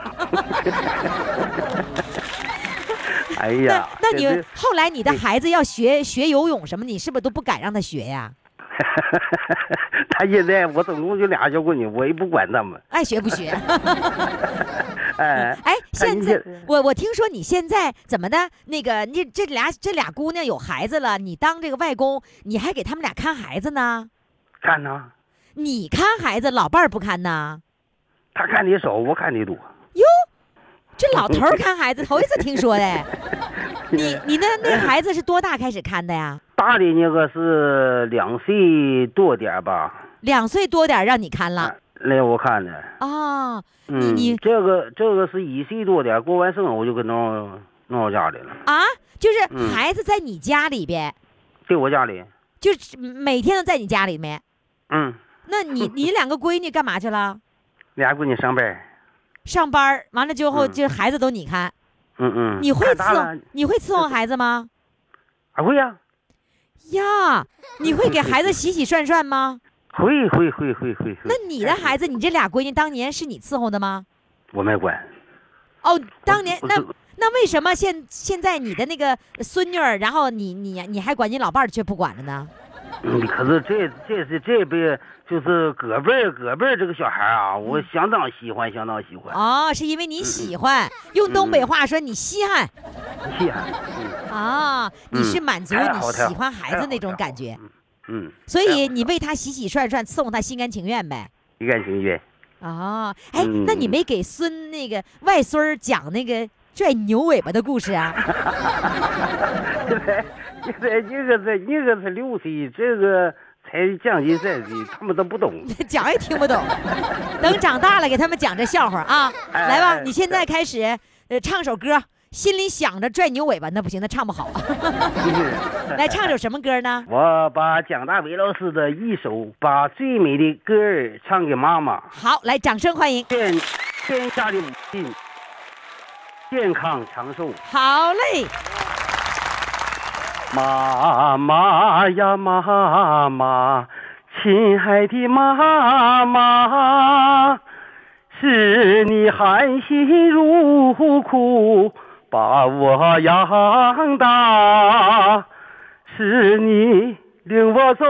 S11: 哎
S3: 那
S11: 呀，
S3: 那
S11: 这
S3: 你
S11: 这
S3: 后来你的孩子要学学游泳什么，你是不是都不敢让他学呀？
S11: 他现在我总共就俩小闺女，我也不管他们。
S3: 爱学不学？
S11: 哎，
S3: 哎，现
S11: 你
S3: 在
S11: 这
S3: 我我听说你现在怎么的？那个你这俩这俩姑娘有孩子了，你当这个外公，你还给他们俩看孩子呢？
S11: 看呐，
S3: 你看孩子，老伴儿不看呐？
S11: 他看的少，我看的多。
S3: 这老头儿看孩子，头一次听说 的。你你那那孩子是多大开始看的呀？
S11: 大的那个是两岁多点儿吧，
S3: 两岁多点儿让你看
S11: 啊
S3: 了，
S11: 那我看的。
S3: 啊？
S11: 嗯
S3: 你，
S11: 这个这个是一岁多点儿，过完生日我就给弄弄到家里了，
S3: 啊，就是
S11: 嗯
S3: 孩子在你家里边，
S11: 在我家里。
S3: 就是每天都在你家里面。
S11: 嗯，
S3: 那 你你两个闺女干嘛去了？
S11: 俩闺女上班。
S3: 上班儿完了之后，
S11: 嗯
S3: 就是孩子都你看。
S11: 嗯嗯。
S3: 你会
S11: 看大
S3: 伺
S11: 了
S3: 候？你会伺候孩子吗？
S11: 啊，会呀，
S3: 呀，你会给孩子洗洗涮涮吗？
S11: 会会会会会会
S3: 那。你的孩子，你这俩闺女当年是你伺候的吗？
S11: 我没管。
S3: 哦，当年
S11: 我
S3: 那
S11: 我
S3: 那为什么现现在你的那个孙女儿，然后你你你还管你老伴儿却不管了呢？
S11: 嗯，可是这这是这辈就是隔辈儿隔辈儿这个小孩儿啊，我相当喜欢，相当喜欢。
S3: 嗯哦，是因为
S11: 嗯
S3: 你喜欢，用东北话说你稀罕
S11: 厉害， 嗯
S3: 啊，你是满足
S11: 太
S3: 你
S11: 好太好
S3: 喜欢孩
S11: 太
S3: 子
S11: 好
S3: 那种
S11: 太好
S3: 感觉，
S11: 嗯，
S3: 所
S11: 太好
S3: 以你为他洗洗涮涮，伺候他心甘情愿呗。
S11: 一见情愿。
S3: 哦，哎，那你
S11: 嗯
S3: 没给孙那个外孙儿讲那个拽牛尾巴的故事啊？
S11: 现在现在一个才一个才六岁，这个才将近三岁，他们都不懂。
S3: 讲也听不懂，等长大了给他们讲这笑话啊！来吧，
S11: 哎
S3: 你现在开始呃唱首歌，心里想着拽牛尾巴，那不行，那唱不好。 来唱首什么歌呢？
S11: 我把蒋大为老师的一首《把最美的歌儿唱给妈妈》，
S3: 好，来掌声欢迎。
S11: 愿天下的母亲健康长寿。
S3: 好嘞，
S11: 妈妈呀，妈妈，亲爱的妈妈，是你含辛茹苦把我养大，是你领我走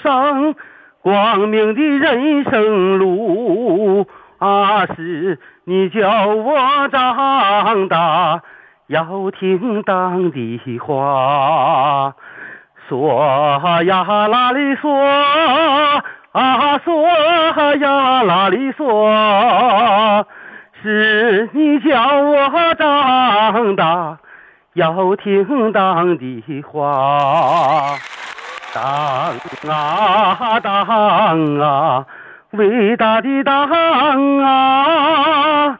S11: 上光明的人生路啊，是你教我长大。
S10: 要听党的话，说呀啦哩说，啊说呀啦哩说，是你教我长大，要听党的话。党啊党啊，伟大的党啊！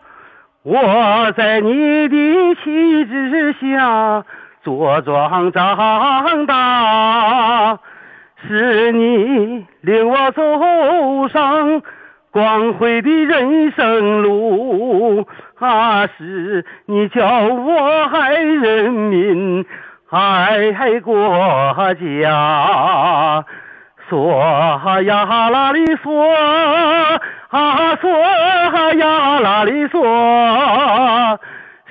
S10: 我在你的旗帜下茁壮长大，是你领我走上光辉的人生路，啊，是你教我爱人民，爱国家。说呀啦哩说，啊说呀啦哩说，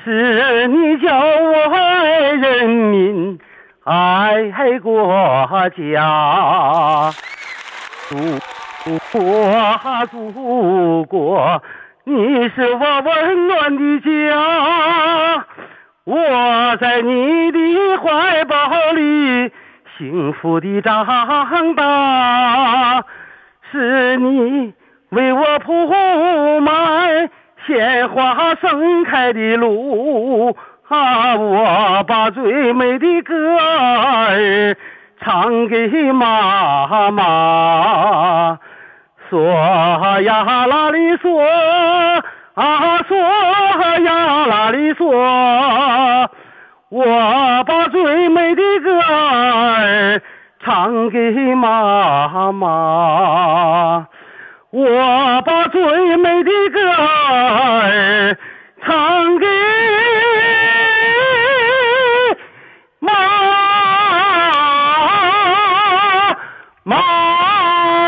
S10: 是你教我爱人民，爱国家。祖国，祖国，你是我温暖的家，我在你的怀抱里。幸福的长大，是你为我铺满鲜花盛开的路啊！我把最美的歌儿唱给妈妈，说呀啦哩说，啊说呀啦哩说。我把最美的歌儿唱给妈妈，我把最美的歌儿唱给妈妈。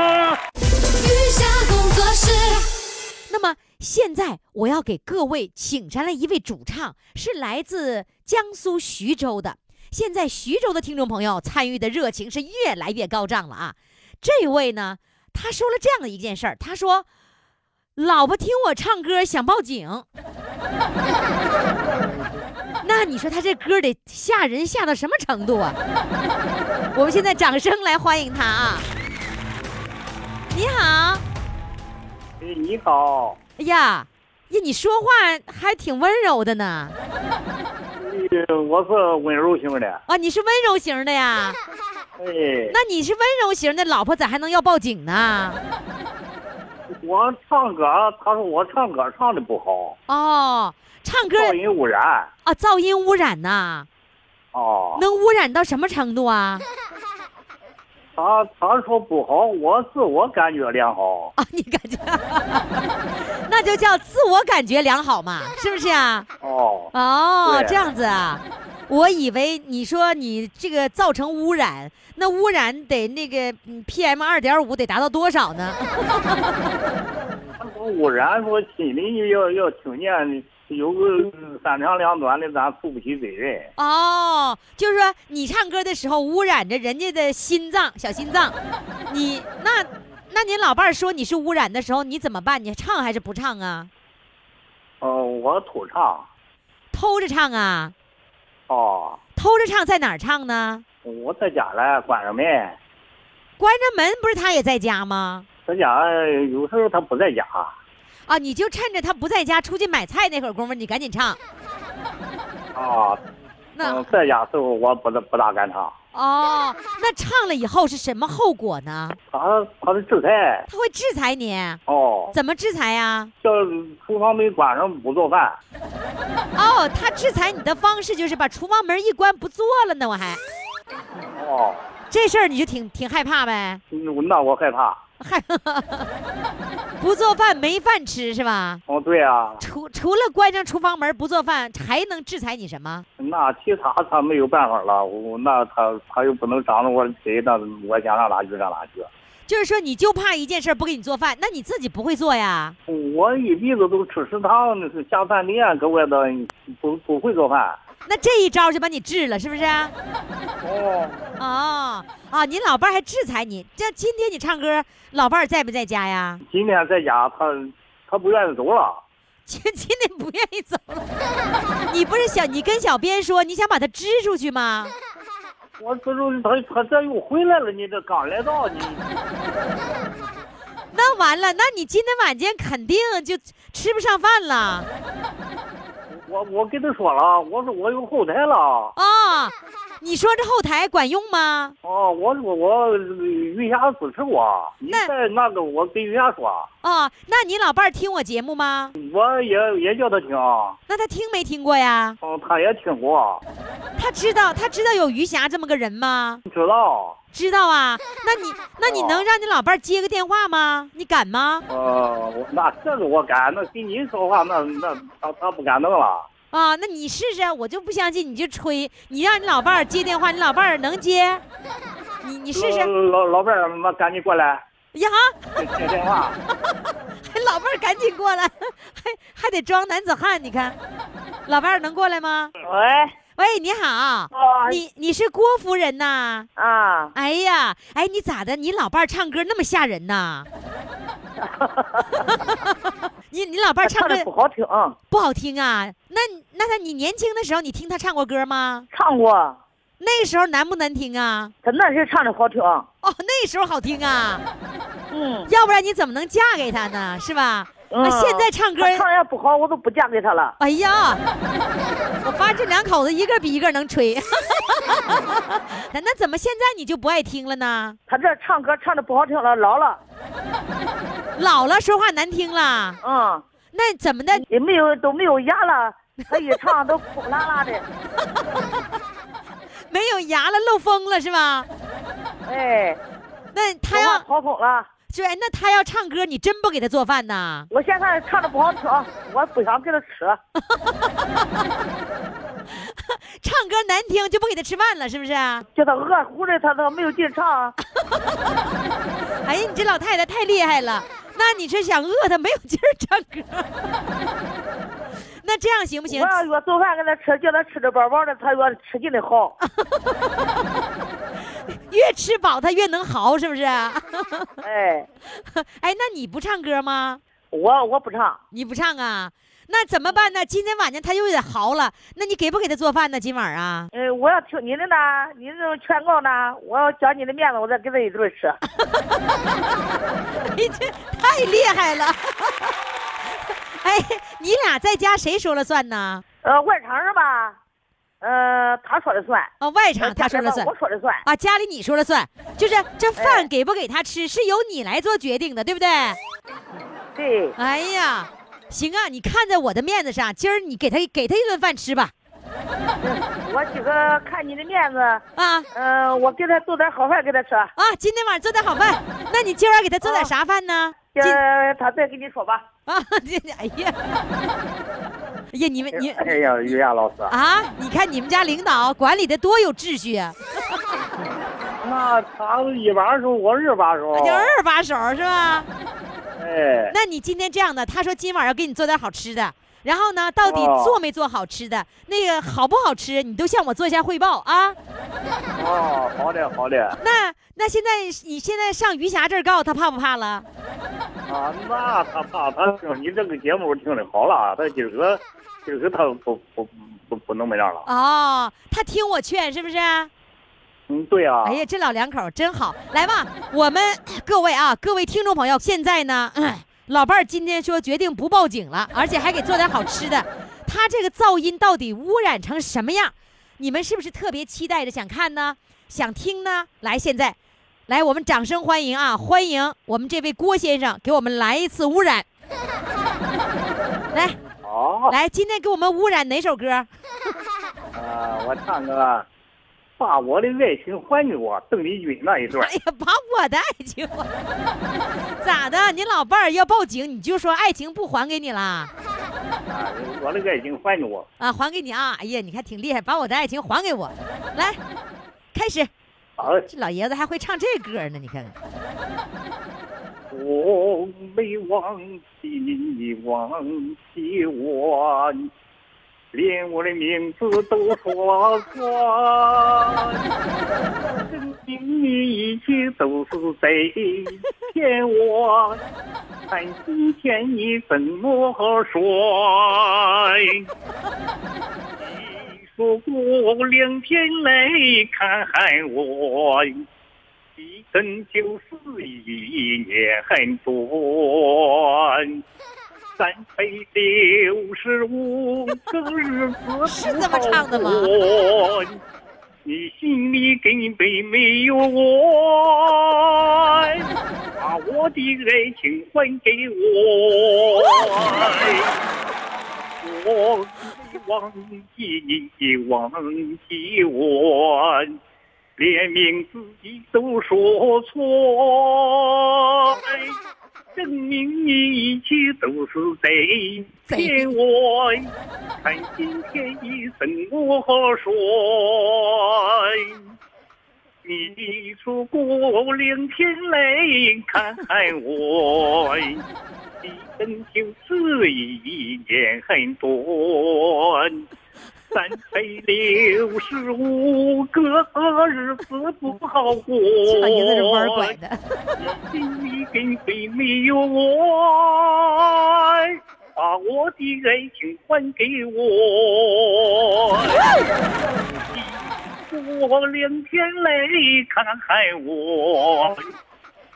S8: 雨下工作室，
S3: 那么现在我要给各位请上来一位主唱，是来自江苏徐州的。现在徐州的听众朋友参与的热情是越来越高涨了啊！这位呢，他说了这样的一件事儿，他说：“老婆听我唱歌想报警。” 那你说他这歌得吓人吓到什么程度啊？ 我们现在掌声来欢迎他啊！你好。
S12: 你好，
S3: 哎呀，呀，你说话还挺温柔的呢。
S12: 呃我是温柔型的，
S3: 啊，你是温柔型的 呀？
S12: 哎，
S3: 那你是温柔型的，老婆咋还能要报警呢？
S12: 我唱歌，他说我唱歌唱的不好，
S3: 哦，唱歌
S12: 噪音污染
S3: 啊，噪音污染呐、
S12: 啊。
S3: 能污染到什么程度啊？
S12: 他他说不好，我自我感觉良好，
S3: 啊，你感觉， 那就叫自我感觉良好嘛，是不是啊？
S12: 哦，
S3: 哦，
S12: 对
S3: 这样子啊，我以为你说你这个造成污染，那污染得那个嗯 PM 二点五得达到多少呢？
S12: 他说污染，说心里要要听见有个三长两短的，咱负不起责任。
S3: 哦，就是说你唱歌的时候污染着人家的心脏、小心脏，你那那您老伴儿说你是污染的时候，你怎么办？你唱还是不唱啊？
S12: 哦，我土唱，
S3: 偷着唱啊？
S12: 哦，
S3: 偷着唱在哪儿唱呢？
S12: 我在家嘞，关着门，
S3: 关着门不是他也在家吗？
S12: 在家有时候他不在家，
S3: 啊，你就趁着他不在家出去买菜那会儿功夫，你赶紧唱。
S12: 啊，
S3: 那、
S11: 哦
S12: 嗯，在家时候我不大不大敢唱，
S3: 哦，那唱了以后是什么后果呢？
S12: 他他的制裁
S3: 他会制裁你？
S12: 哦，
S3: 怎么制裁啊呀、
S12: 叫厨房门关上不做饭，
S3: 哦，他制裁你的方式就是把厨房门一关不做了呢，我还。
S12: 哦，
S3: 这事儿你就挺挺害怕呗，
S12: 嗯那我害怕，
S3: 害 不做饭没饭吃是吧？
S12: 哦，对啊，
S3: 除除了关上厨房门不做饭，还能制裁你什么？
S12: 那其他他没有办法了，我那他他又不能长着我的腿，那我想让哪去让哪去，
S3: 就是说你就怕一件事儿不给你做饭，那你自己不会做呀？
S12: 我一辈子都吃食堂，那是下饭店搁外头不不会做饭，
S3: 那这一招就把你治了，是不是？啊
S12: 哦，
S3: 哦啊，您老伴儿还制裁你，这今天你唱歌，老伴儿在不在家呀？
S12: 今天在家他他不愿意走了。
S3: 今今天不愿意走了， 你不是想你跟小编说你想把他支出去吗？
S12: 我这就他他这又回来了，你这刚来到你，
S3: 那完了，那你今天晚间肯定就吃不上饭了
S12: 我我跟他说了，啊我说我有后台了。
S3: 啊、你说这后台管用吗？
S12: 哦，我说我云霞支持我，你再那个我跟云霞说，
S3: 啊，那你老伴儿听我节目吗？
S12: 我也也叫他听，嗯，
S3: 那他听没听过呀？
S12: 他也听过，
S3: 他知道他知道有余霞这么个人吗？
S12: 知道，
S3: 知道啊，那你那你
S12: 哦
S3: 能让你老伴儿接个电话吗？你敢吗？
S12: 呃，我那这个我敢，那跟你说话那那他他不敢弄了，
S3: 啊，那你试试，我就不相信，你就吹，你让你老伴儿接电话，你老伴儿能接？你你试试
S11: 嗯
S12: 老老老伴儿，那赶紧过来
S3: 呀，
S12: 接电话，
S3: 还 老伴儿赶紧过来， 还还得装男子汉，你看， 老伴儿能过来吗？
S8: 喂，
S3: 喂，你好，
S12: 啊
S3: 你你是郭夫人呐？
S8: 啊，
S3: 哎呀，哎，你咋的？你老伴儿唱歌那么吓人呐？ 你你老伴儿唱歌
S8: 他唱得不好听，
S3: 不好听啊？那那他你年轻的时候，你听他唱过歌吗？
S8: 唱过，
S3: 那时候难不难听啊？
S8: 他那时候唱的好听，
S3: 哦，那时候好听啊，
S8: 嗯，
S3: 要不然你怎么能嫁给他呢？是吧？
S8: 嗯
S3: 啊，现在唱歌，
S8: 他唱也不好，我都不嫁给他了。
S3: 哎呀，我发现这两口子一个比一个能吹。 那那怎么现在你就不爱听了呢？
S8: 他这唱歌唱的不好听了，老了，
S3: 老了说话难听了，
S8: 嗯，
S3: 那怎么的？
S8: 也没有都没有牙了，他一唱都哭啦啦的，
S3: 没有牙了，漏风了是吧？
S8: 哎，
S3: 那 他
S8: 说话
S3: 要
S8: 跑跑了。
S3: 对，那他要唱歌，你真不给他做饭呐？
S8: 我现在唱的不好听，我不想给他吃。
S3: 唱歌难听就不给他吃饭了，是不是？哎
S8: 叫他饿乎的，他都没有劲唱。
S3: 呀，你这老太太太厉害了。那你是想饿他没有劲儿唱歌？ 那这样 行不
S8: 我
S3: 行？
S8: 要我做饭给他吃，叫他吃的饱饱的，他越吃劲的 好。
S3: 越吃饱他越能嚎，是不是？哎，
S8: 哎，
S3: 那你不唱歌吗？
S8: 我我不唱，
S3: 你不唱啊？那怎么办呢？今天晚上他又得嚎了，那你给不给他做饭呢？今晚啊？
S8: 呃，我要听你的呢，你这种劝告呢，我要讲你的面子，我再跟他一顿吃。
S3: 你哎这太厉害了！ 哎，你俩在家谁说了算呢？
S8: 呃，外场是吧？呃，他说了算。
S3: 哦，外场他说了算
S8: 我说了算。
S3: 啊，家嗯里你说了算，就是这饭给不给他吃是由你来做决定的，对不对？
S8: 对，
S3: 哎呀，行啊，你看在我的面子上，今儿你给他给他一顿饭吃吧。
S8: 我今个看你的面子，
S3: 啊
S8: 呃，我给他做点好饭给他吃。
S3: 啊，今天晚上做点好饭，那你今晚给他做点啥饭呢？
S8: 今
S3: 啊今
S8: 儿呃他再跟你说吧。
S3: 啊，这 哎呀，哎呀，你们你
S12: 哎呀，于亚老师，
S3: 啊，你看你们家领导管理的多有秩序啊！
S12: 那他是一把手，我二把
S11: 哦
S12: 手，
S3: 啊就二把手是吧？
S12: 哎，
S3: 那你今天这样的，他说今晚要给你做点好吃的，然后呢，到底
S12: 哦
S3: 做没做好吃的，那个好不好吃，你都向我做一下汇报啊。
S12: 哦，好的好的，
S3: 那那现在你现在上余霞这儿告他怕不怕了？
S12: 啊，那他怕他听你这个节目听的好了，啊他今儿个今儿个他不不不不能没样了，
S3: 哦，他听我劝是不是？啊
S12: 嗯，对啊，
S3: 哎呀，这老两口儿真好，来吧，我们各位啊，各位听众朋友，现在呢，嗯老伴儿今天说决定不报警了，而且还给做点好吃的，他这个噪音到底污染成什么样？你们是不是特别期待着想看呢？想听呢？来，现在，来，我们掌声欢迎啊！欢迎我们这位郭先生给我们来一次污染。 来
S12: 好，
S3: 来，今天给我们污染哪首歌？
S12: 啊，我唱个把我的爱情还给我，邓丽君那一段
S3: 哎，呀，把我的爱情还， 咋的？你老伴儿要报警，你就说爱情不还给你啦？
S12: 啊，我的爱情还给我，
S3: 啊，还给你啊！哎呀，你看挺厉害，把我的爱情还给我。来，开始。
S12: 好嘞。
S3: 这老爷子还会唱这歌呢，你看看。
S12: 我没忘记你，忘记我，连我的名字都说错，证明你一切都是对骗我，满心歉意怎么说？一束孤两片泪看我，一生就是一年 短。三百六十五个日子
S3: 是这么唱的吗？
S12: 你心里根本没有我，把我的爱情还给我，我没忘记你，你忘记我，连名字都说错。证明你一切都是贼骗我，看今天一生我好说。你出过两天泪看我，一生就是一年很短。三百六十五个日子不好过，
S3: 这老爷子是弯拐的。
S12: 心里根本没有我，把啊我的爱情还给我。啊我两天泪看我，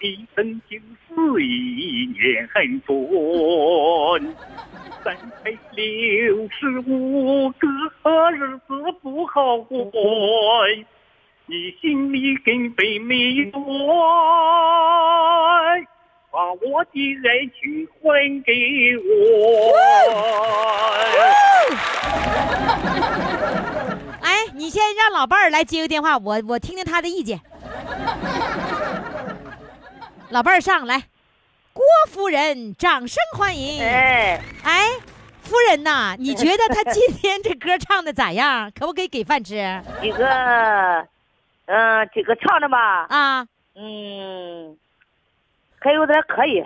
S12: 一生就是一年很短。三百六十五个日子不好过，你心里根本没有我，把我的爱情还给我。
S3: 哎，你先让老伴儿来接个电话，我我听听他的意见。老伴儿上来。郭夫人，掌声欢迎！哎哎，夫人呐、你觉得他今天这歌唱的咋样？可不可以给饭吃？
S8: 呃几个，嗯、几个唱的吧？
S3: 啊，
S8: 嗯，还有点可以。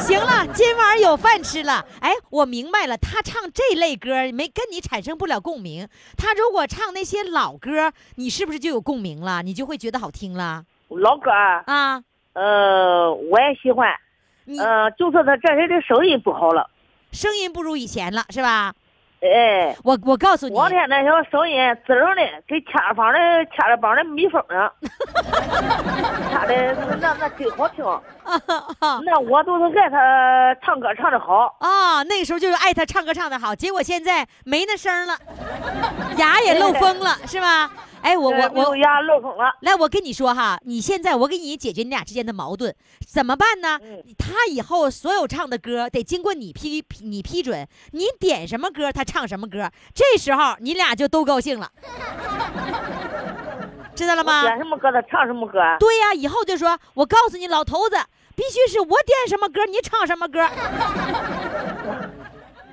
S3: 行了，今晚有饭吃了。哎，我明白了，他唱这类歌没跟你产生不了共鸣。他如果唱那些老歌，你是不是就有共鸣了？你就会觉得好听了。
S8: 老歌
S3: 啊，
S8: 呃，我也喜欢，呃，就是他这人的声音不好了，
S3: 声音不如以前了，是吧？
S8: 哎，
S3: 我我告诉你，
S8: 我天那小声音滋楞的，跟掐帮的掐了帮的蜜蜂呢，掐的那那真好 听，那我都是爱他唱歌唱的好，
S3: 啊、那个时候就是爱他唱歌唱的好，结果现在没那声儿了，牙也漏风了，是吧？哎，我
S8: 对
S3: 我
S8: 没有
S3: 我
S8: 牙漏风了。
S3: 来，我跟你说哈，你现在我给你解决你俩之间的矛盾，怎么办呢？
S8: 嗯
S3: 他以后所有唱的歌得经过你批批你批准，你点什么歌他唱什么歌，这时候你俩就都高兴 了，知道了吗？
S8: 我点什么歌他唱什么歌，
S3: 对呀、以后就说，我告诉你，老头子必须是我点什么歌，你唱什么 歌，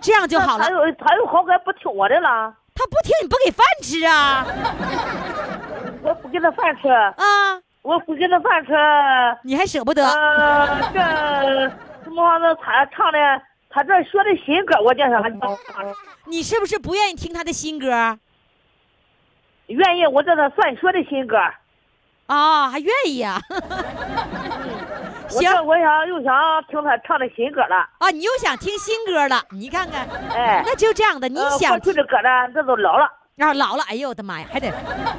S3: 这样就好了
S8: 他。有他有好歹不听我的了，
S3: 他不听你不给饭吃啊？
S8: 我不给他饭吃
S3: 啊，
S8: 我不给他饭吃，
S3: 你还舍不得？
S8: 呃，
S3: 啊
S8: 这什么玩意儿？他唱的，他这学的新歌，我叫啥？
S3: 你是不是不愿意听他的新歌？
S8: 愿意，我这他算学的新歌。
S3: 啊，还愿意 啊？
S8: 我这我想又想听他唱的新歌了。
S3: 啊，你又想听新歌了？你看看，
S8: 哎，
S3: 嗯那就这样的，你
S8: 呃
S3: 想
S8: 过去的歌呢，这都老了。
S3: 啊，老了，哎呦我的妈呀，还得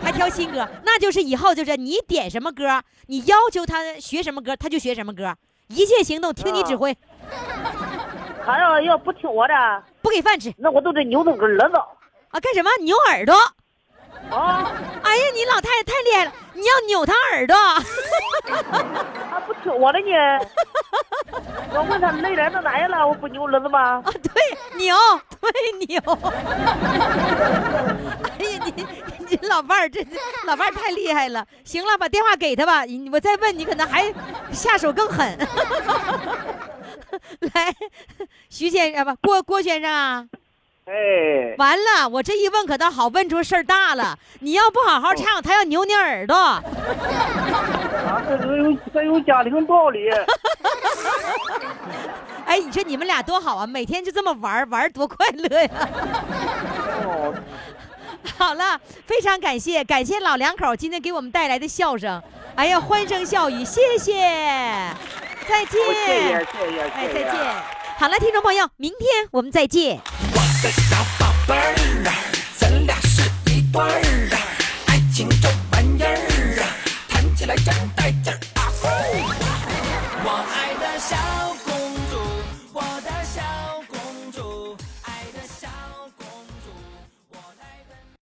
S3: 还挑新歌，那就是以后就是你点什么歌，你要求他学什么歌，他就学什么歌，一切行动听你
S8: 啊
S3: 指挥，
S8: 他要要不听我的，
S3: 不给饭吃，
S8: 那我都得扭动个耳朵。
S3: 啊，干什么？扭耳朵？
S8: 啊！
S3: 哎呀，你老太太太厉害了，你要扭她耳朵。
S8: 他不听我的呢。我问他累了都哪样了，我不扭耳朵吗？
S3: 啊，对，牛，对牛。哎呀，你你这老伴儿，这这老伴儿太厉害了。行了，把电话给他吧，你我再问你，可能还下手更狠。 来，徐先生啊，不，郭郭先生啊，
S12: 哎，
S3: 完了，我这一问可倒好，问出事儿大了。你要不好好唱，他要扭你耳朵。
S12: 啊，这都有这有家庭道 理。
S3: 哎，你说你
S13: 哦
S3: 们俩多好啊，每天就这么玩儿玩儿多快乐呀！ 好了，非常感谢，感谢老两口今天给我们带来的笑声，哎呀，欢声笑语，谢谢，再见，
S13: 哦谢谢谢谢
S12: 啊
S3: 哎，
S13: 谢谢
S3: 再见。好了，听众朋友，明天我们再见。
S4: 宝贝儿。